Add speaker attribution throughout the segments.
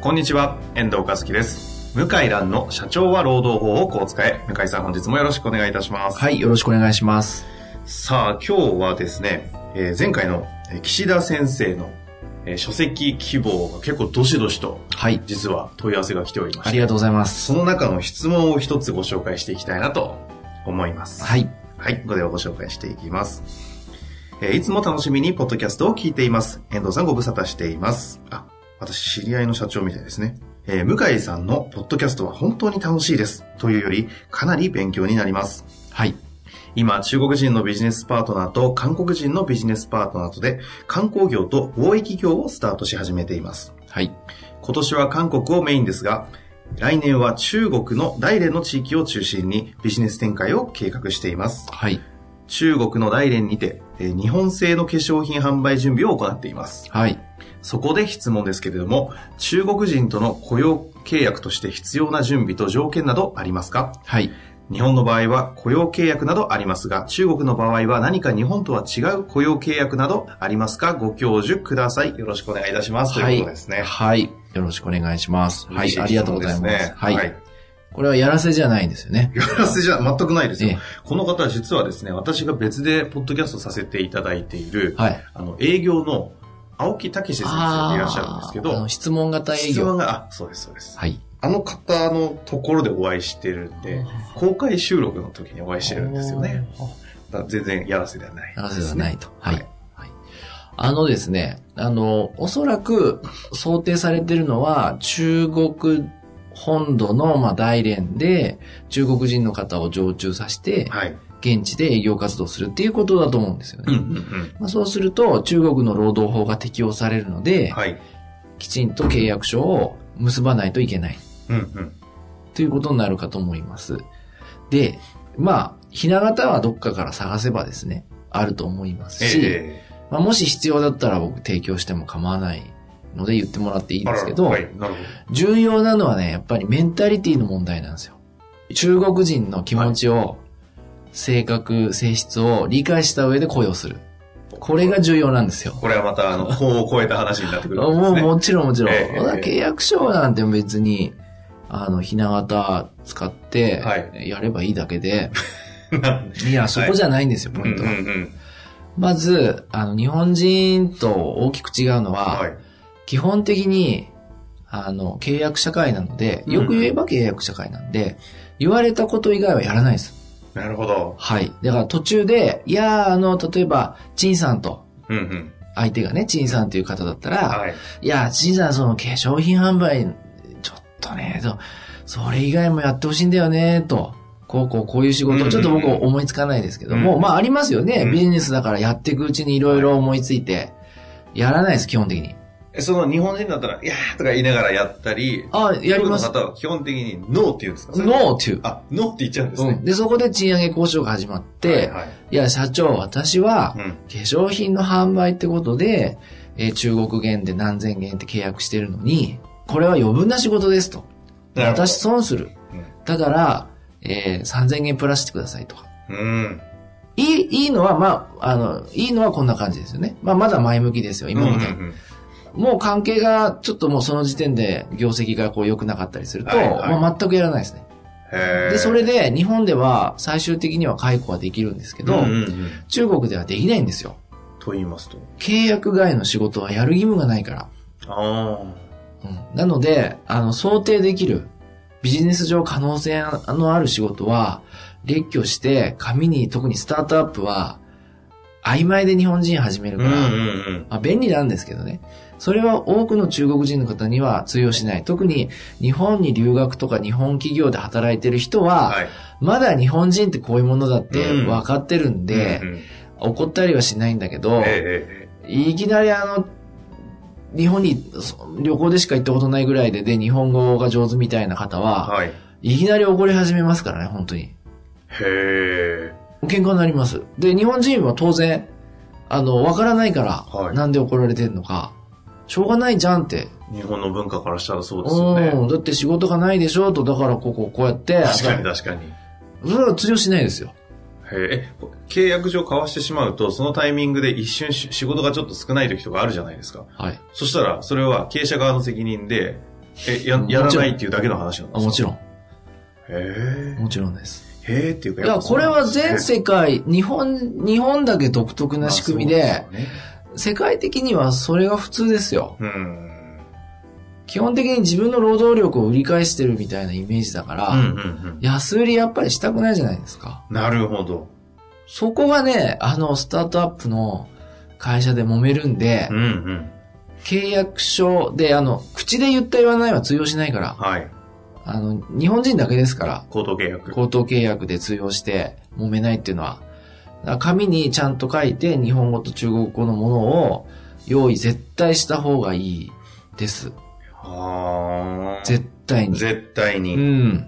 Speaker 1: こんにちは、遠藤和樹です。向井蘭の社長は労働法をこう使え。向井さん本日もよろしくお願いいたします。
Speaker 2: はい、よろしくお願いします。
Speaker 1: さあ、今日はですね、えー前回のえー岸田先生のえー書籍希望が結構どしどしと、
Speaker 2: はい、
Speaker 1: 実は問い合わせが来ておりま
Speaker 2: あ
Speaker 1: し
Speaker 2: り
Speaker 1: て、
Speaker 2: がとうございます。
Speaker 1: その中の質問を一つご紹介していきたいなと思います。
Speaker 2: はい、
Speaker 1: はい、ここではご紹介していきます。えーいつも楽しみにポッドキャストを聞いています。遠藤さんご無沙汰しています。あ、私知り合いの社長みたいですね。えー向井さんのポッドキャストは本当に楽しいです。というより、かなり勉強になります。
Speaker 2: はい、
Speaker 1: 今、中国人のビジネスパートナーと韓国人のビジネスパートナーとで、観光業と貿易業をスタートし始めています。
Speaker 2: はい、
Speaker 1: 今年は韓国をメインですが、来年は中国の大連の地域を中心にビジネス展開を計画しています。
Speaker 2: はい、
Speaker 1: 中国の大連にて、えー日本製の化粧品販売準備を行っています。
Speaker 2: はい、
Speaker 1: そこで質問ですけれども、中国人との雇用契約として必要な準備と条件などありますか
Speaker 2: はい、
Speaker 1: 日本の場合は雇用契約などありますが、中国の場合は何か日本とは違う雇用契約などありますかご教授ください。よろしくお願いいたします。
Speaker 2: は
Speaker 1: という
Speaker 2: い
Speaker 1: ことですね。
Speaker 2: はい、よろしくお願いします。は
Speaker 1: 嬉し
Speaker 2: い、ありがとうございま。
Speaker 1: 質問ですね
Speaker 2: は
Speaker 1: はいい。。
Speaker 2: これはやらせじゃないんですよね。
Speaker 1: やらせじゃ全くないですよ。
Speaker 2: ええ
Speaker 1: この方は実はですね、私が別でポッドキャストさせていただいている、
Speaker 2: はい。
Speaker 1: あの、営業の青木武先生がいらっしゃるんですけ
Speaker 2: あーあの
Speaker 1: ど、
Speaker 2: 質問型営
Speaker 1: 質
Speaker 2: 業。
Speaker 1: 問が、あ、そうです、そうです。
Speaker 2: はい。
Speaker 1: あの方のところでお会いしてるんで、公開収録の時にお会いしてるんですよね。だから全然やらせではない、。
Speaker 2: やらせじゃないいと。はい
Speaker 1: はい。
Speaker 2: はいあのですね、あの、おそらく想定されてるのは、中国本土の、まあ、大連で、中国人の方を常駐させて、
Speaker 1: はい。
Speaker 2: 現地で営業活動するっていうことだと思うんですよ
Speaker 1: うんう
Speaker 2: ね。
Speaker 1: ん
Speaker 2: まあ、そうすると、中国の労働法が適用されるの
Speaker 1: う
Speaker 2: で、
Speaker 1: ん。はい。
Speaker 2: きちんと契約書を結ばないといけない
Speaker 1: うんうん。
Speaker 2: ということになるかと思います。で、まあ、ひな形はどっかから探せばですね、あると思いますし、
Speaker 1: え
Speaker 2: まあ、もし必要だったら僕提供しても構わないので言ってもらっていいん
Speaker 1: あ
Speaker 2: で
Speaker 1: ら
Speaker 2: す
Speaker 1: ら
Speaker 2: けど、
Speaker 1: はい、なるほど。
Speaker 2: 重要なのはね、やっぱりメンタリティの問題なんですよ。中国人の気持ちを、性格、性質を理解した上で雇用する。これが重要なんですよ。
Speaker 1: これはまた、あ の、法を超えた話になってくるわけで
Speaker 2: も
Speaker 1: す
Speaker 2: う
Speaker 1: ね。
Speaker 2: もちろんもちろん。
Speaker 1: ええええ
Speaker 2: だから契約書なんて別に、あの、ひな形使って
Speaker 1: は、
Speaker 2: やればいいだけ で、
Speaker 1: なん
Speaker 2: い、や、そこじゃないんですよ、
Speaker 1: うん
Speaker 2: ポイント
Speaker 1: う
Speaker 2: は。
Speaker 1: んうん。
Speaker 2: まず、あの、日本人と大きく違うのは、
Speaker 1: はい。
Speaker 2: 基本的に、あの、契約社会なので、よく言えば契約社会なんで、言われたこと以外はやらないです。
Speaker 1: なるほど。
Speaker 2: はい。だから途中で、いやー、あの、例えば、陳さんと、
Speaker 1: うんうん。
Speaker 2: 相手がね、陳さんという方だったら、
Speaker 1: はい。
Speaker 2: いや、陳さん、その化粧品販売、ちょっとね、とそれ以外もやってほしいんだよね、と。こうこうこういう仕
Speaker 1: うんうんう
Speaker 2: 事、
Speaker 1: ん
Speaker 2: ちょっと僕思いつかないですけど
Speaker 1: う
Speaker 2: も、
Speaker 1: ん
Speaker 2: まあありますよね。
Speaker 1: うん
Speaker 2: ビジネスだからやっていくうちにいろいろ思いついて、やらないです、基本的に。
Speaker 1: えその日本人だったら、いやーとか言いながらやったり、
Speaker 2: あ、やります
Speaker 1: 中。国の方は基本的にノーって言うんですかそれ
Speaker 2: ノーっていう。
Speaker 1: あ、ノーって言っちゃうんです
Speaker 2: う
Speaker 1: ね
Speaker 2: ん。。で、そこで賃上げ交渉が始まって、
Speaker 1: はい
Speaker 2: い
Speaker 1: はい
Speaker 2: や、社長、私は、
Speaker 1: う
Speaker 2: 化
Speaker 1: ん
Speaker 2: 粧品の販売ってことで、えー中国元で何千元って契約してるのに、これは余分な仕事ですと。
Speaker 1: なるほど
Speaker 2: 私損する。
Speaker 1: うん
Speaker 2: だから、えー、3000元プラスしてくださいとか。
Speaker 1: うん。
Speaker 2: いい、いいのは、まあ、あの、いいのはこんな感じですよね。まあ、まだ前向きですよ、今みたいに。
Speaker 1: うんうんうん
Speaker 2: もう関係が、ちょっともうその時点で業績がこう良くなかったりすると、
Speaker 1: はいはい
Speaker 2: まあ、全くやらないですね。
Speaker 1: へー
Speaker 2: で、それで日本では最終的には解雇はできるんですけど、
Speaker 1: うんうんうん
Speaker 2: 中国ではできないんですよ。
Speaker 1: と言いますと。
Speaker 2: 契約外の仕事はやる義務がないから。
Speaker 1: あ
Speaker 2: うん、なので、あの、想定できるビジネス上可能性のある仕事は、列挙して、紙に、特にスタートアップは、曖昧で日本人始め
Speaker 1: あ。
Speaker 2: る
Speaker 1: うん
Speaker 2: か
Speaker 1: う
Speaker 2: ら、
Speaker 1: んうん。
Speaker 2: まあ、便利なんですけどね。それは多くの中国人の方には通用しない。特に日本に留学とか日本企業で働いてる人は、
Speaker 1: はい。
Speaker 2: まだ日本人ってこういうものだって
Speaker 1: うん
Speaker 2: 分かってるんで、
Speaker 1: うんうん、
Speaker 2: 怒ったりはしないんだけ
Speaker 1: え
Speaker 2: ど、
Speaker 1: ええええ
Speaker 2: いきなりあの、日本にそ旅行でしか行ったことないぐらいで、で、日本語が上手みたいな方は、
Speaker 1: はい。へ
Speaker 2: いきなり怒り始めますからね、本当に。
Speaker 1: え。
Speaker 2: 喧嘩になります。で、日本人は当然、あの、わからないから、
Speaker 1: はい
Speaker 2: なんで怒られてんのか、しょうがないじゃんって。
Speaker 1: 日本の文化からしたらそうですよね。
Speaker 2: ん、だって仕事がないでしょと、だからこここうやって、
Speaker 1: 確かに確かに。へ
Speaker 2: それは通用しないですよ。
Speaker 1: え。え契約上交わしてしまうと、そのタイミングで一瞬し仕事がちょっと少ない時とかあるじゃないですか。
Speaker 2: はい。
Speaker 1: そしたら、それは経営者側の責任で、え、ややらないっていうだけの話なんで
Speaker 2: あ
Speaker 1: すか
Speaker 2: もち
Speaker 1: ん。
Speaker 2: ろん。
Speaker 1: へ
Speaker 2: もちろんです。
Speaker 1: え。へえっていうか、
Speaker 2: いや、これは全
Speaker 1: 世
Speaker 2: 世界、日本、日本だけ独特な仕組みで、世界的にはそれが普通ですよ。
Speaker 1: うん。
Speaker 2: 基本的に自分の労働力を売り返してるみたいなイメージだから、
Speaker 1: うんうんうん。
Speaker 2: 安売りやっぱりしたくないじゃないですか。
Speaker 1: なるほど。
Speaker 2: そこがね、あの、スタートアップの会社で揉めるんで
Speaker 1: う、んうん。
Speaker 2: 契約書で、あの、口で言った言わないは通用しないから、
Speaker 1: はい。
Speaker 2: あの、日本人だけですから、
Speaker 1: 口頭契約。
Speaker 2: 口頭契約で通用して揉めないっていうのは、だから紙にちゃんと書いて日本語と中国語のものを用意絶対した方がいいです。
Speaker 1: はあ。
Speaker 2: 絶対に。
Speaker 1: 絶対
Speaker 2: う
Speaker 1: に。
Speaker 2: ん。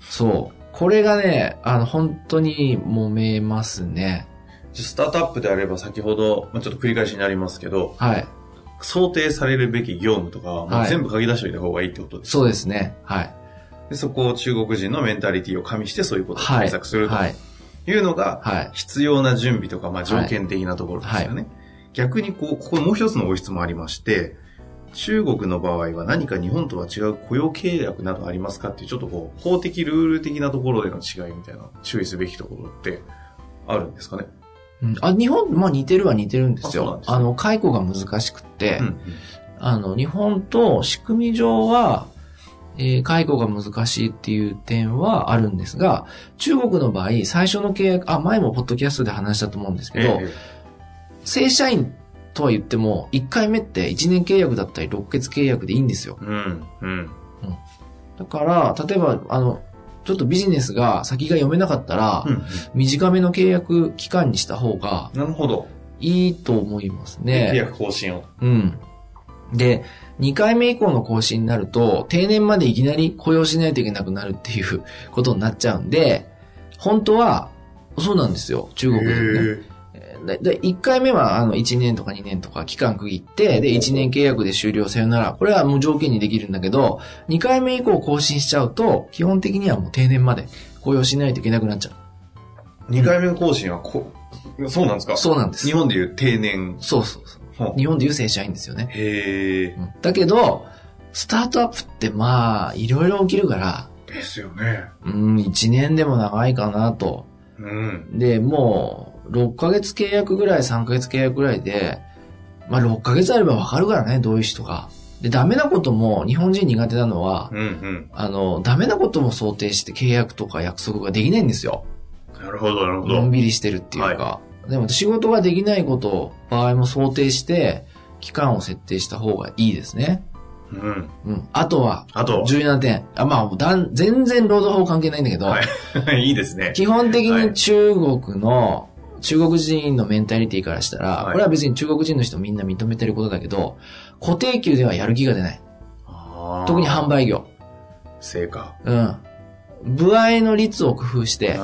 Speaker 2: そう。これがね、あの、本当に揉めますね。
Speaker 1: じゃあスタートアップであれば先ほど、まあ、ちょっと繰り返しになりますけど、
Speaker 2: はい。
Speaker 1: 想定されるべき業務とかは、も
Speaker 2: は
Speaker 1: う
Speaker 2: い
Speaker 1: 全部書き出しておいた方がいいってことです。
Speaker 2: そうですね。はい。
Speaker 1: でそこを中国人のメンタリティを加味してそういうことを
Speaker 2: はい
Speaker 1: 対策する
Speaker 2: はい。
Speaker 1: というのが、
Speaker 2: はい。
Speaker 1: 必要な準備とか、まあ、条件的なところですよね。
Speaker 2: は
Speaker 1: 逆にこう、ここもう一つのご質問ありまして、中国の場合は何か日本とは違う雇用契約などありますかっていう、ちょっとこう、法的ルール的なところでの違いみたいな、注意すべきところってあるんですかね。
Speaker 2: うんあ、日本、まあ似てるは似てるんです
Speaker 1: あそうなん
Speaker 2: よ。
Speaker 1: です
Speaker 2: あ
Speaker 1: ね
Speaker 2: の、解雇が難しくって、
Speaker 1: うん
Speaker 2: あの、日本と仕組み上は、えー解雇が難しいっていう点はあるんですが、中国の場合、最初の契約、あ、前もポッドキャストで話したと思うんです
Speaker 1: え
Speaker 2: けど、
Speaker 1: え
Speaker 2: 正社員とは言っても、1回目って1年契約だったり、6月契約でいいんですよ。
Speaker 1: うん、うん。
Speaker 2: だから、例えば、あの、ちょっとビジネスが先が読めなかったら、
Speaker 1: うん
Speaker 2: 短めの契約期間にした方が
Speaker 1: なるほど。
Speaker 2: いいと思いますね。
Speaker 1: 契約更新を。
Speaker 2: うん。で、2回目以降の更新になると、定年までいきなり雇用しないといけなくなるっていうことになっちゃうんで、本当は、そうなんですよ、中国でね。
Speaker 1: へえ
Speaker 2: でで1回目は、あの、1年とか2年とか期間区切って、で、1年契約で終了さよなら。これは無条件にできるんだけど、2回目以降更新しちゃうと、基本的にはもう定年まで雇用しないといけなくなっちゃ
Speaker 1: 二回目の更新はこ、そうなんですか
Speaker 2: う。そうなんです
Speaker 1: 日。本でいう定年。
Speaker 2: そうそうそう。
Speaker 1: ほう
Speaker 2: 日本でいう正社員ですよね。
Speaker 1: へえ。
Speaker 2: うんだけど、スタートアップってまあ、いろいろ起きるから、
Speaker 1: ですよね。
Speaker 2: うん、1年でも長いかなと。
Speaker 1: うん。
Speaker 2: で、もう、6ヶ月契約ぐらい、3ヶ月契約ぐらいで、まあ6ヶ月あればわかるからね、どういう人が。で、ダメなことも、日本人苦手なのは、
Speaker 1: うんうん。
Speaker 2: あの、ダメなことも想定して契約とか約束ができないんですよ。
Speaker 1: なるほど、なるほ
Speaker 2: のん
Speaker 1: ど。
Speaker 2: びりしてるっていうか。でも仕事ができないこと、場合も想定して、期間を設定した方がいいですね。
Speaker 1: うん。
Speaker 2: うん。あとは、
Speaker 1: あと、
Speaker 2: 重要な点。あまあ、だん全然労働法関係ないんだけど、
Speaker 1: はいいいですね。
Speaker 2: 基本的
Speaker 1: はい
Speaker 2: に中国の、中国人のメンタリティからしたら、
Speaker 1: はい
Speaker 2: これは別に中国人の人みんな認めてることだけど、固定給ではやる気が出ない。特に販
Speaker 1: 売。
Speaker 2: 売業。
Speaker 1: 成果。
Speaker 2: うん。部合の率を工夫し
Speaker 1: う
Speaker 2: て、
Speaker 1: ん。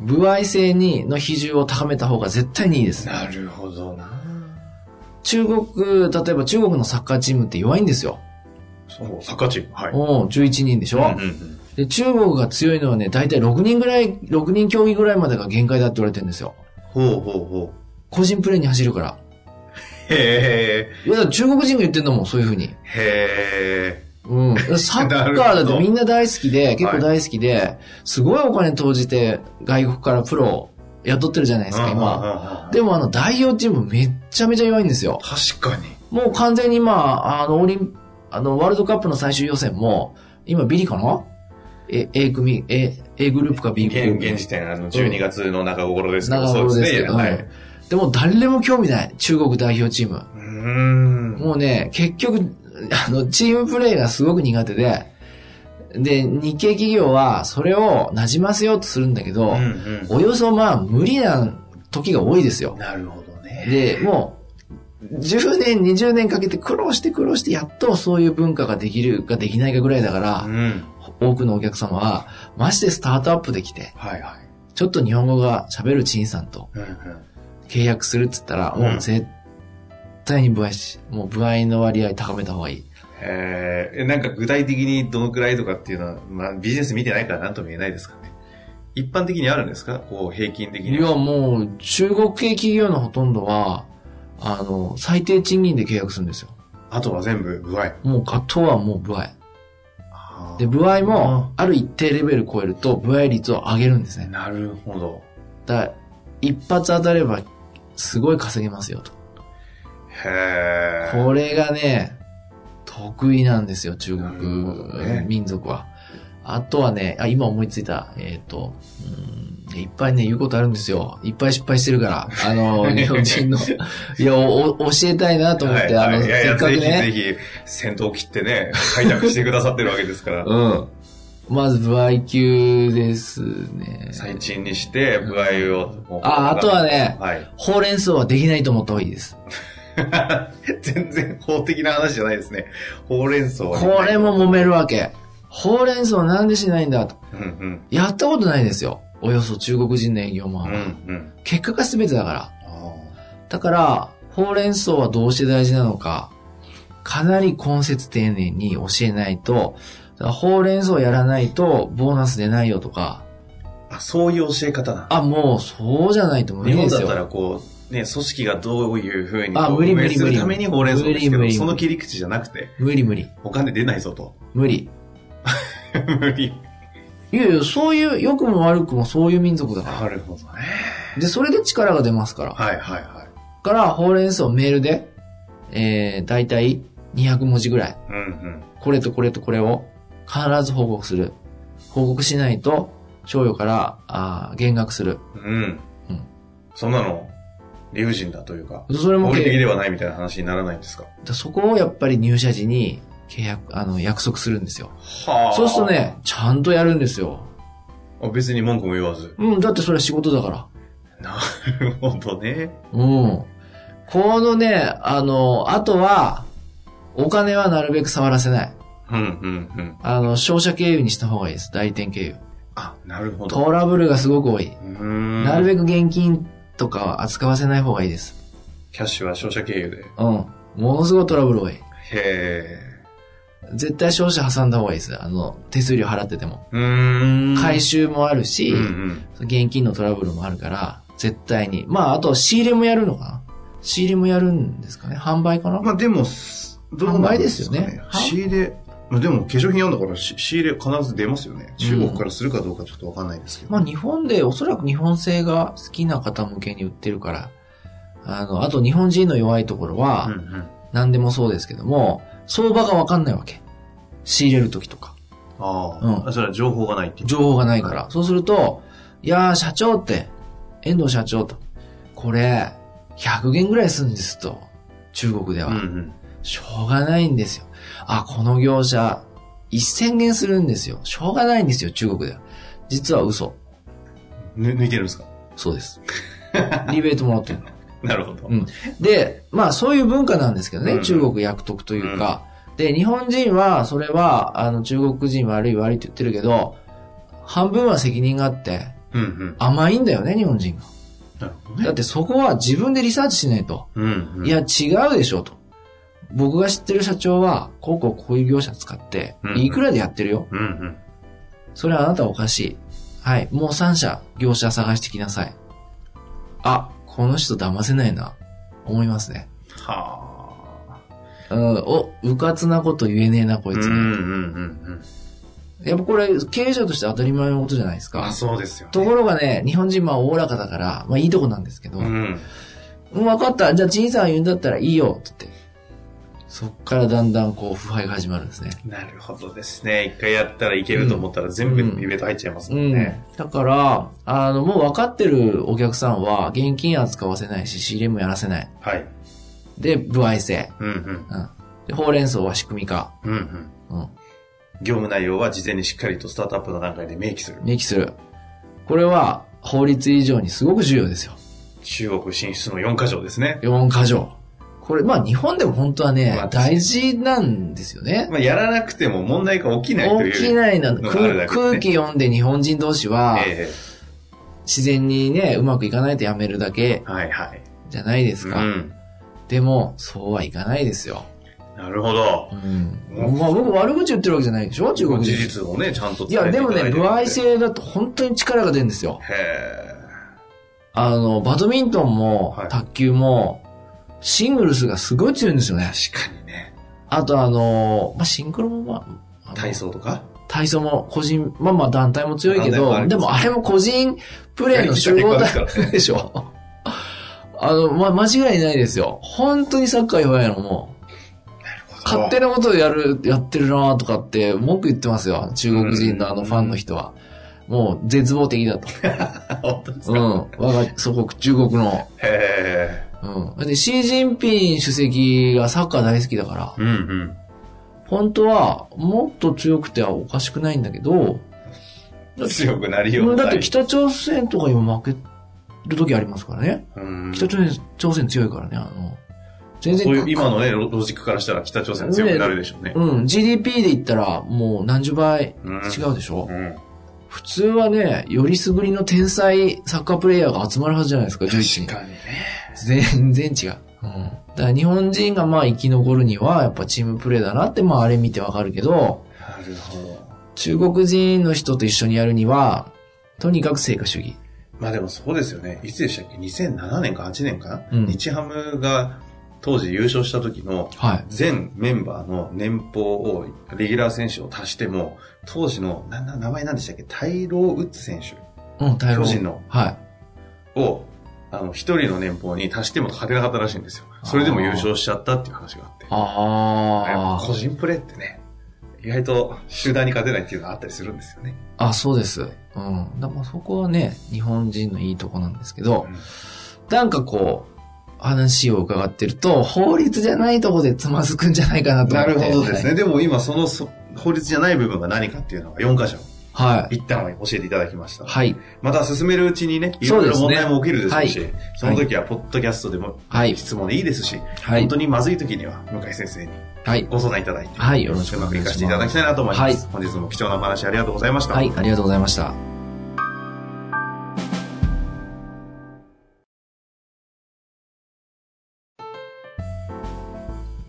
Speaker 2: 部合制にの比重を高めた方が絶対にいいです。
Speaker 1: なるほどな。
Speaker 2: 中国、例えば中国のサッカーチームって弱いんですよ。
Speaker 1: そう、サッカーチーム。はい。
Speaker 2: おう11人でしょ、
Speaker 1: うんうん
Speaker 2: で、中国が強いのはね、大体6人ぐらい、6人競技ぐらいまでが限界だって言われてるんですよ。
Speaker 1: ほうほうほ
Speaker 2: 個人プレーに走るから。
Speaker 1: う。へ
Speaker 2: いや、だから中国人が言ってんだもん、そういうふうに。
Speaker 1: え。へ
Speaker 2: うん。サッカ ーだってみんな大好きで、結構大好きで、すごいお金投じて外国からプロを雇ってるじゃない
Speaker 1: え。
Speaker 2: ですか、
Speaker 1: うん
Speaker 2: 今。
Speaker 1: うんうんうん
Speaker 2: でもあの、代表チームめっちゃめちゃ弱いんですよ。
Speaker 1: 確かに。
Speaker 2: もう完全に今、あの、オリン、あの、ワールドカップの最終予選も、今ビリかなえ、A 組、A、A グループか B グルー
Speaker 1: 現
Speaker 2: プ。
Speaker 1: 現時点、あの、12月の中頃ですけど、
Speaker 2: 長頃ですけど、
Speaker 1: は
Speaker 2: ね
Speaker 1: い。
Speaker 2: でも誰も興味ない、中国代表チーム。
Speaker 1: うーん。
Speaker 2: もうね、結局、あの、チームプレーがすごく苦手で、で、日系企業はそれを馴染ませようとするんだけど、
Speaker 1: うんうん
Speaker 2: およそまあ無理な時が多いですよ。
Speaker 1: なるほどね。
Speaker 2: で、もう、 10年、20年かけて苦労して苦労して、やっとそういう文化ができるかできないかぐらいだから、
Speaker 1: うん。
Speaker 2: 多くのお客様は、マジでスタートアップできて、
Speaker 1: はいはい。
Speaker 2: ちょっと日本語が喋る陳さんと
Speaker 1: うんうん。
Speaker 2: 契約するっつったら、
Speaker 1: うん
Speaker 2: もう絶対に部合し、もう部合の割合高めた方がいい。
Speaker 1: えー、えなんか具体的にどのくらいとかっていうのは、まあビジネス見てないからなんとも言えないですかね。一般的にあるんですかこう平均的
Speaker 2: い
Speaker 1: に。
Speaker 2: や、もう、中国系企業のほとんどは、あの、最低賃金で契約するんですよ。
Speaker 1: あとは全部具合。
Speaker 2: もう、あとはもう部合。
Speaker 1: あ
Speaker 2: で、部合も、ある一定レベル超えると、部合率を上げるんですね。
Speaker 1: なるほど。
Speaker 2: だから、一発当たれば、すごい稼げますよと。
Speaker 1: へー。
Speaker 2: これがね、得意なんですよ、中
Speaker 1: なるほどね
Speaker 2: 国民族は。あとはね、あ、今思いついた、えっ、と、うーんいっぱいね、言うことあるんですよ。いっぱい失敗してるから、あ の、日本人の。いや、お、教えたいなと思って、
Speaker 1: はい
Speaker 2: あ
Speaker 1: は
Speaker 2: の、
Speaker 1: い、いやい
Speaker 2: せっ
Speaker 1: や、
Speaker 2: かく
Speaker 1: ぜ
Speaker 2: ね。
Speaker 1: ひぜひ、戦闘を切ってね、開拓してくださってるわけです から。
Speaker 2: うん。まず、不愛級ですね。
Speaker 1: 最賃にして、部合を。
Speaker 2: あ、あとはね、
Speaker 1: はい。
Speaker 2: ほうれん草はできないと思った方がいいです。
Speaker 1: 全然法的な話じゃないですね。ほうれん草はね
Speaker 2: これも揉めるわけ。ほうれん草なんでしないんだと。
Speaker 1: うんうん。
Speaker 2: やったことないですよ。およそ中国人の営業マ
Speaker 1: う
Speaker 2: ン
Speaker 1: ん
Speaker 2: は。
Speaker 1: うん。
Speaker 2: 結果が全てだから。
Speaker 1: あ
Speaker 2: だから、ほうれん草はどうして大事なのか、かなり根節丁寧に教えないと、だからほうれん草やらないとボーナス出ないよとか、
Speaker 1: ーあ、そういう教え方なの
Speaker 2: あ、もうそうじゃないと無
Speaker 1: 日
Speaker 2: 理
Speaker 1: 本
Speaker 2: で
Speaker 1: だ
Speaker 2: す
Speaker 1: った
Speaker 2: よ。
Speaker 1: らこう、ね、組織がどういうふうに
Speaker 2: あ
Speaker 1: こう
Speaker 2: 無理
Speaker 1: 運営
Speaker 2: 無理
Speaker 1: するためにほうれん草ですけ
Speaker 2: 無理
Speaker 1: ど、
Speaker 2: 無理
Speaker 1: その切り口じゃなくて、
Speaker 2: 無理無理。
Speaker 1: お金出ないぞと。
Speaker 2: 無理。
Speaker 1: 無理。
Speaker 2: いやいや、そういう、良くも悪くもそういう民族だか
Speaker 1: なるほどね。
Speaker 2: ら。で、それで力が出ますから。
Speaker 1: はいはいはい。
Speaker 2: から、ほうれん草メールで、えー、だいたい200文字ぐらい。
Speaker 1: うんうん。
Speaker 2: これとこれとこれを必ず報告する。報告しないと、賞与から、あー減額する。
Speaker 1: うん。
Speaker 2: うん
Speaker 1: そんなの、理不尽だというか、
Speaker 2: それも
Speaker 1: 合理的
Speaker 2: 契
Speaker 1: で
Speaker 2: 約
Speaker 1: はないみたいな話にならないんですか
Speaker 2: だそこをやっぱり入社時に契約、あの、約束するんですよ。
Speaker 1: は
Speaker 2: そうすると。ね、ちゃんとやるんですよ。
Speaker 1: あ別に文句も言わず。
Speaker 2: うん、だってそれは仕事だから。
Speaker 1: なるほどね。
Speaker 2: うん。このね、あの、あとは、お金はなるべく触らせない。
Speaker 1: うんうんうん。
Speaker 2: あの、商社経由にした方がいいです。代理店経由。
Speaker 1: あ、なるほど。
Speaker 2: トラブルがすごく多い。
Speaker 1: うーん。
Speaker 2: なるべく現金とかは扱わせない方がいいです。
Speaker 1: キャッシュは商社経由で。
Speaker 2: うん。ものすごいトラブル多い。
Speaker 1: へ
Speaker 2: 絶対商社挟んだ方がいいです。あの、手数料払ってても。
Speaker 1: ー。うーん。
Speaker 2: 回収もあるし、
Speaker 1: うんうん。
Speaker 2: 現金のトラブルもあるから、絶対に。まあ、あと、仕入れもやるのかな仕入れもやるんですかね販売かな、
Speaker 1: まあでも、どうなんか
Speaker 2: 販売ですよね
Speaker 1: 仕入れ、まあでも化粧品あんだからし仕入れ必ず出ますよね。中国からするかどうかちょっとわかんないですけど。
Speaker 2: まあ、日本で、おそらく日本製が好きな方向けに売ってるから、あの、あと日本人の弱いところ
Speaker 1: う
Speaker 2: は、
Speaker 1: んうん
Speaker 2: 何でもそうですけども、相場がわかんないわけ。仕入れる時とか。
Speaker 1: あ
Speaker 2: うん
Speaker 1: あ、それは情報がないっていう。
Speaker 2: 情報がないから。そうすると、いやー、社長って、遠藤社長と、これ、100元ぐらいするんですと、中国では。
Speaker 1: うんうん。
Speaker 2: しょうがないんですよ。あ、この業者、1000元するんですよ。しょうがないんですよ、中国では。実は嘘。
Speaker 1: ぬ抜いてるんですか
Speaker 2: そう です。リベートもらってるの。
Speaker 1: なるほど。
Speaker 2: うんで、まあそういう文化なんですけどね、
Speaker 1: うん
Speaker 2: 中国役得というか。で、日本人は、それは、あの、中国人悪い悪いって言ってるけど、半分は責任があって、
Speaker 1: うんうん。
Speaker 2: 甘いんだよね、日本人が。
Speaker 1: なるほど
Speaker 2: だ
Speaker 1: ね
Speaker 2: っ。てそこは自分でリサーチしないと。
Speaker 1: うんうん。
Speaker 2: いや、違うでしょ、と。僕が知ってる社長は、こうこうこういう業者使って
Speaker 1: う、ん
Speaker 2: いくらでやってるよ。
Speaker 1: うんうん。
Speaker 2: それはあなたおかしい。はい、もう3社、業者探してきなさい。あ、この人騙せないな。思いますね。
Speaker 1: はあ。
Speaker 2: うん、お、うかつなこと言えねえな、こ
Speaker 1: う
Speaker 2: い
Speaker 1: んう
Speaker 2: つ。
Speaker 1: んうんうん。
Speaker 2: やっぱこれ、経営者として当たり前のことじゃないです
Speaker 1: あ、
Speaker 2: か。
Speaker 1: そうですよね。
Speaker 2: ところがね、日本人まあおおらかだから、まあいいとこなんですけど、
Speaker 1: うん。
Speaker 2: うん、わかった。じゃあ、じいさんが言うんだったらいいよ。つって。そっからだんだん、こう、腐敗が始まるんですね。
Speaker 1: なるほどですね。一回やったらいけると思ったら全部イベント入っちゃいます
Speaker 2: う
Speaker 1: もん
Speaker 2: ん。
Speaker 1: ね。
Speaker 2: だから、あの、もう分かってるお客さんは、現金扱わせないし、仕入れもやらせない。
Speaker 1: はい。
Speaker 2: で、不愛性。
Speaker 1: うんうん。
Speaker 2: うん。で、ほうれん草は仕組み化。
Speaker 1: うんうん。
Speaker 2: うん。
Speaker 1: 業務内容は事前にしっかりとスタートアップの段階で明記する。
Speaker 2: 明記する。これは、法律以上にすごく重要ですよ。
Speaker 1: 中国進出の4箇条ですね。
Speaker 2: 4箇条。これ、まあ日本でも本当はね、
Speaker 1: まあ
Speaker 2: 大事なんですよね。
Speaker 1: まあ、やらなくても問題が起きないという。
Speaker 2: 起きないなんだ、
Speaker 1: のがあるだ
Speaker 2: 空
Speaker 1: けでね
Speaker 2: 空気読んで日本人同士は、
Speaker 1: え
Speaker 2: 自然にね、うまくいかないとやめるだけ
Speaker 1: えはいはい。
Speaker 2: じゃないです
Speaker 1: う
Speaker 2: か。
Speaker 1: ん。
Speaker 2: でも、そうはいかないですよ。
Speaker 1: なるほど
Speaker 2: う。ん。
Speaker 1: うん
Speaker 2: まあ僕悪口言ってるわけじゃないでしょ中国
Speaker 1: 事
Speaker 2: 人。
Speaker 1: 実をね、ちゃんと
Speaker 2: い
Speaker 1: 伝え
Speaker 2: や、
Speaker 1: て
Speaker 2: で
Speaker 1: いた
Speaker 2: も
Speaker 1: だいて
Speaker 2: ね、
Speaker 1: る
Speaker 2: 歩合制だと本当に力が出るんですよ。
Speaker 1: へ
Speaker 2: あの、バドミントンも
Speaker 1: はい、
Speaker 2: 卓球も、シングルスがすごい強いんですよね。
Speaker 1: え。確かにね。
Speaker 2: あとあの、まあ、シンクロもまあ、あの
Speaker 1: 体操とか
Speaker 2: 体操も個人、まあまあ団体も強いけ
Speaker 1: 団体もあ
Speaker 2: ど、
Speaker 1: り
Speaker 2: で
Speaker 1: ます
Speaker 2: もあれも個人プレーの集合
Speaker 1: やりきった結果
Speaker 2: 体
Speaker 1: ですからね
Speaker 2: でしょ。あの、まあ、間違いないですよ。本当にサッカー弱いのもう、勝手
Speaker 1: な
Speaker 2: なことをやる、やってるなとかって文句言ってますよ。中国人のあのファンの人は。もう絶望的だと。うん。我が祖国、中国の。
Speaker 1: へえ。
Speaker 2: うん。で、シー・ジンピン主席がサッカー大好きだから、
Speaker 1: うんうん。
Speaker 2: 本当はもっと強くてはおかしくないんだけど、
Speaker 1: 強くなりよ
Speaker 2: う
Speaker 1: うんな
Speaker 2: だって
Speaker 1: い。
Speaker 2: 北朝鮮とか今負ける時ありますからね。
Speaker 1: うん
Speaker 2: 北朝鮮朝鮮強いからね、あの、全
Speaker 1: そういう
Speaker 2: 然、
Speaker 1: 今のね、ロロジックからしたら北朝鮮強くなるでしょうね。
Speaker 2: うん、GDP で言ったらもう何十倍
Speaker 1: うん
Speaker 2: 違うでしょ、
Speaker 1: うん。
Speaker 2: 普通はね、よりすぐりの天才サッカープレイヤーが集まるはずじゃないですか、11人。
Speaker 1: かにね。
Speaker 2: 全然違う。うん。だから日本人がまあ生き残るには、やっぱチームプレーだなって、まああれ見てわかるけど、
Speaker 1: なるほど。
Speaker 2: 中国人の人と一緒にやるには、とにかく成果主義。
Speaker 1: まあでもそうですよね。いつでしたっけ ?2007 年か8年か、
Speaker 2: うん
Speaker 1: 日ハムが当時優勝した時の
Speaker 2: はい。
Speaker 1: 全メンバーの年俸を、レギュラー選手を足しても、当時の、な、な、名前なんでしたっけタイロー・ウッズ選手
Speaker 2: うん、大
Speaker 1: 巨人の
Speaker 2: はい。
Speaker 1: を、あの、一人の年俸に足しても勝てなかったらしいんですよ。それでも優勝しちゃったっていう話があって。や
Speaker 2: あ
Speaker 1: っぱ個人プレーってね、意外と集団に勝てないっていうのがあったりするんですよね。
Speaker 2: あ。あ、そうです。うん。だまあそこはね、日本人のいいとこなんですけど、なんかこう、話を伺ってると、法律じゃないとこでつまずくんじゃないかなと思
Speaker 1: な
Speaker 2: って。
Speaker 1: るほどですね。
Speaker 2: ね。
Speaker 1: でも今そのそ法律じゃない部分が何かっていうのが4箇所
Speaker 2: はい。
Speaker 1: 一旦は教えていただきました。
Speaker 2: はい。
Speaker 1: また進めるうちにね、い
Speaker 2: そう
Speaker 1: ろい
Speaker 2: で
Speaker 1: ろ
Speaker 2: すね
Speaker 1: 問題も起きるでしょうし、
Speaker 2: は
Speaker 1: その時はポッドキャストでも
Speaker 2: はい。
Speaker 1: 質問でいいですし、
Speaker 2: はい
Speaker 1: 本当。にまずい時には向井先生に
Speaker 2: はい。
Speaker 1: ご相談いただいて、
Speaker 2: はい。よろしくお
Speaker 1: うまく
Speaker 2: 願い
Speaker 1: 活
Speaker 2: しま
Speaker 1: かし
Speaker 2: す。
Speaker 1: ていただきたいなと思います。本日も貴重なお話ありがとうございました。
Speaker 2: はい、ありがとうございました。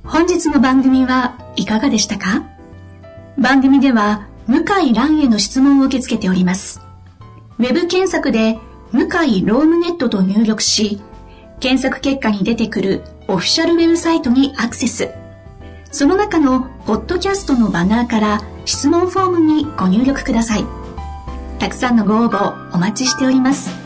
Speaker 3: 本日の番組はいかがでしたか番組では向井蘭への質問を受け付けております。ウェブ検索で向井ロームネットと入力し、検索結果に出てくるオフィシャルウェブサイトにアクセス。その中のポッドキャストのバナーから質問フォームにご入力ください。たくさんのご応募お待ちしております。